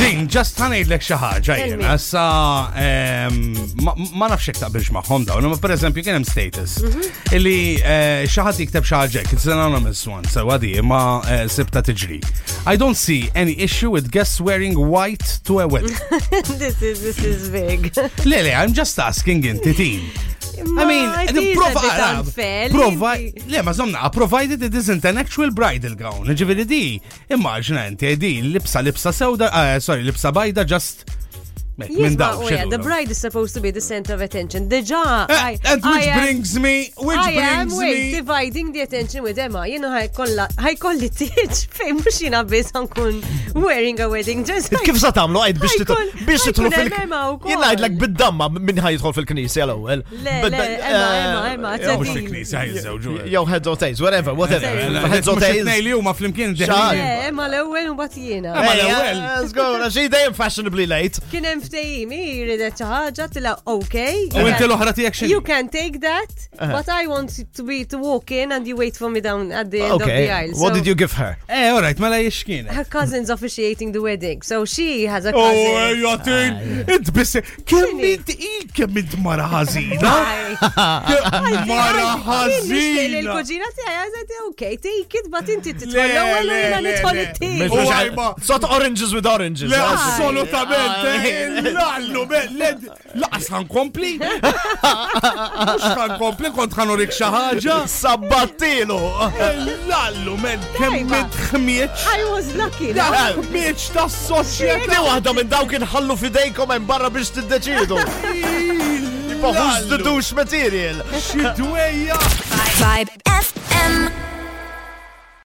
Din, ġast ħanejdlek xi ħaġa jien, Tell me. issa em, ma ma nafx jekk taqbilx magħhom dawn, ma pereżempju kien hemm status Mhm. illi eh, xi ħadd jikteb xi ħaġa hekk, it's an anonymous one, so għadi ma eh, sibta tiġri. I don't see any issue with guests wearing white to a wedding. this is this is big. Le, le, I'm just asking inti tin. I mean, prova ara- provi- Le, ma zomna, provided it isn't an actual bridal gown. Ġiviri di, immaġna inti di libsa libsa sewda, ah, sorry, libsa bajda just mek, Yes, minn but daw. oh yeah, xedulu. the bride is supposed to be the center of attention. Deja, Eh, I, And I which am- brings me, which I am brings wait, me. dividing the attention with Emma. You know, ħajkolla- ħajkolli tiġ fejn mux jina biz nkun wearing a wedding dress. Kif sa tagħmlu għajd biex titħol Ħajkun- biex titħol ħajkun fil emema u kol. Jien ngħidlek bid-damma minn ħajdħol fil-knisja l-ewwel. Le, Bid- le, eh, Emma, Emma, Emma, jew- tadil. Mux il-knisja jizzewġu. Jew heads or tails, whatever, Eh, whatever. Heads or tails. Nejli u ma flimkien Xaħat. deħli. Eh, Emma l-ewel u bat jina. Emma Hey, l-ewwel. eh, Let's go, xi dejjem fashionably late. Kien hemm ftehim, hi ridet xi ħaġa tila okay. U inti l-oħra tijak xin. You can take that, Eh. but I want to be to walk in and you wait for me down at Ah, the end of the Okay, aisle. what So- did you give her? Eh, alright, mela jixkien. her cousin's officiating the wedding, so she has a Oh, cousin. eh, Ah, jatin, int bisse, kemm int il kemm int mara ħażina. Ah, Kemm Mara ħażina. Il-kuġina tiegħi għażet okay, take it, but inti Le, titħol l-ewwel u le, jiena le, nidħol le. it-tieni. Mhux Oh, biex- għajba. Sort oranges with oranges. Le, that's it. assolutament, Ah, eh, lallu, be- le- laqas ħankompli. Mhux ħankompli kont ħanorik xi ħaġa. Sabbattilu! Lallu, men, kemm Tajba. intħmieċ. I was lucky. no? Taħmieċ tas soċjetà. Li waħda minn dawk inħallu fidejkom hemm barra biex tiddeċidu. Who's the douche material? Xi dwejja. Vibe FM.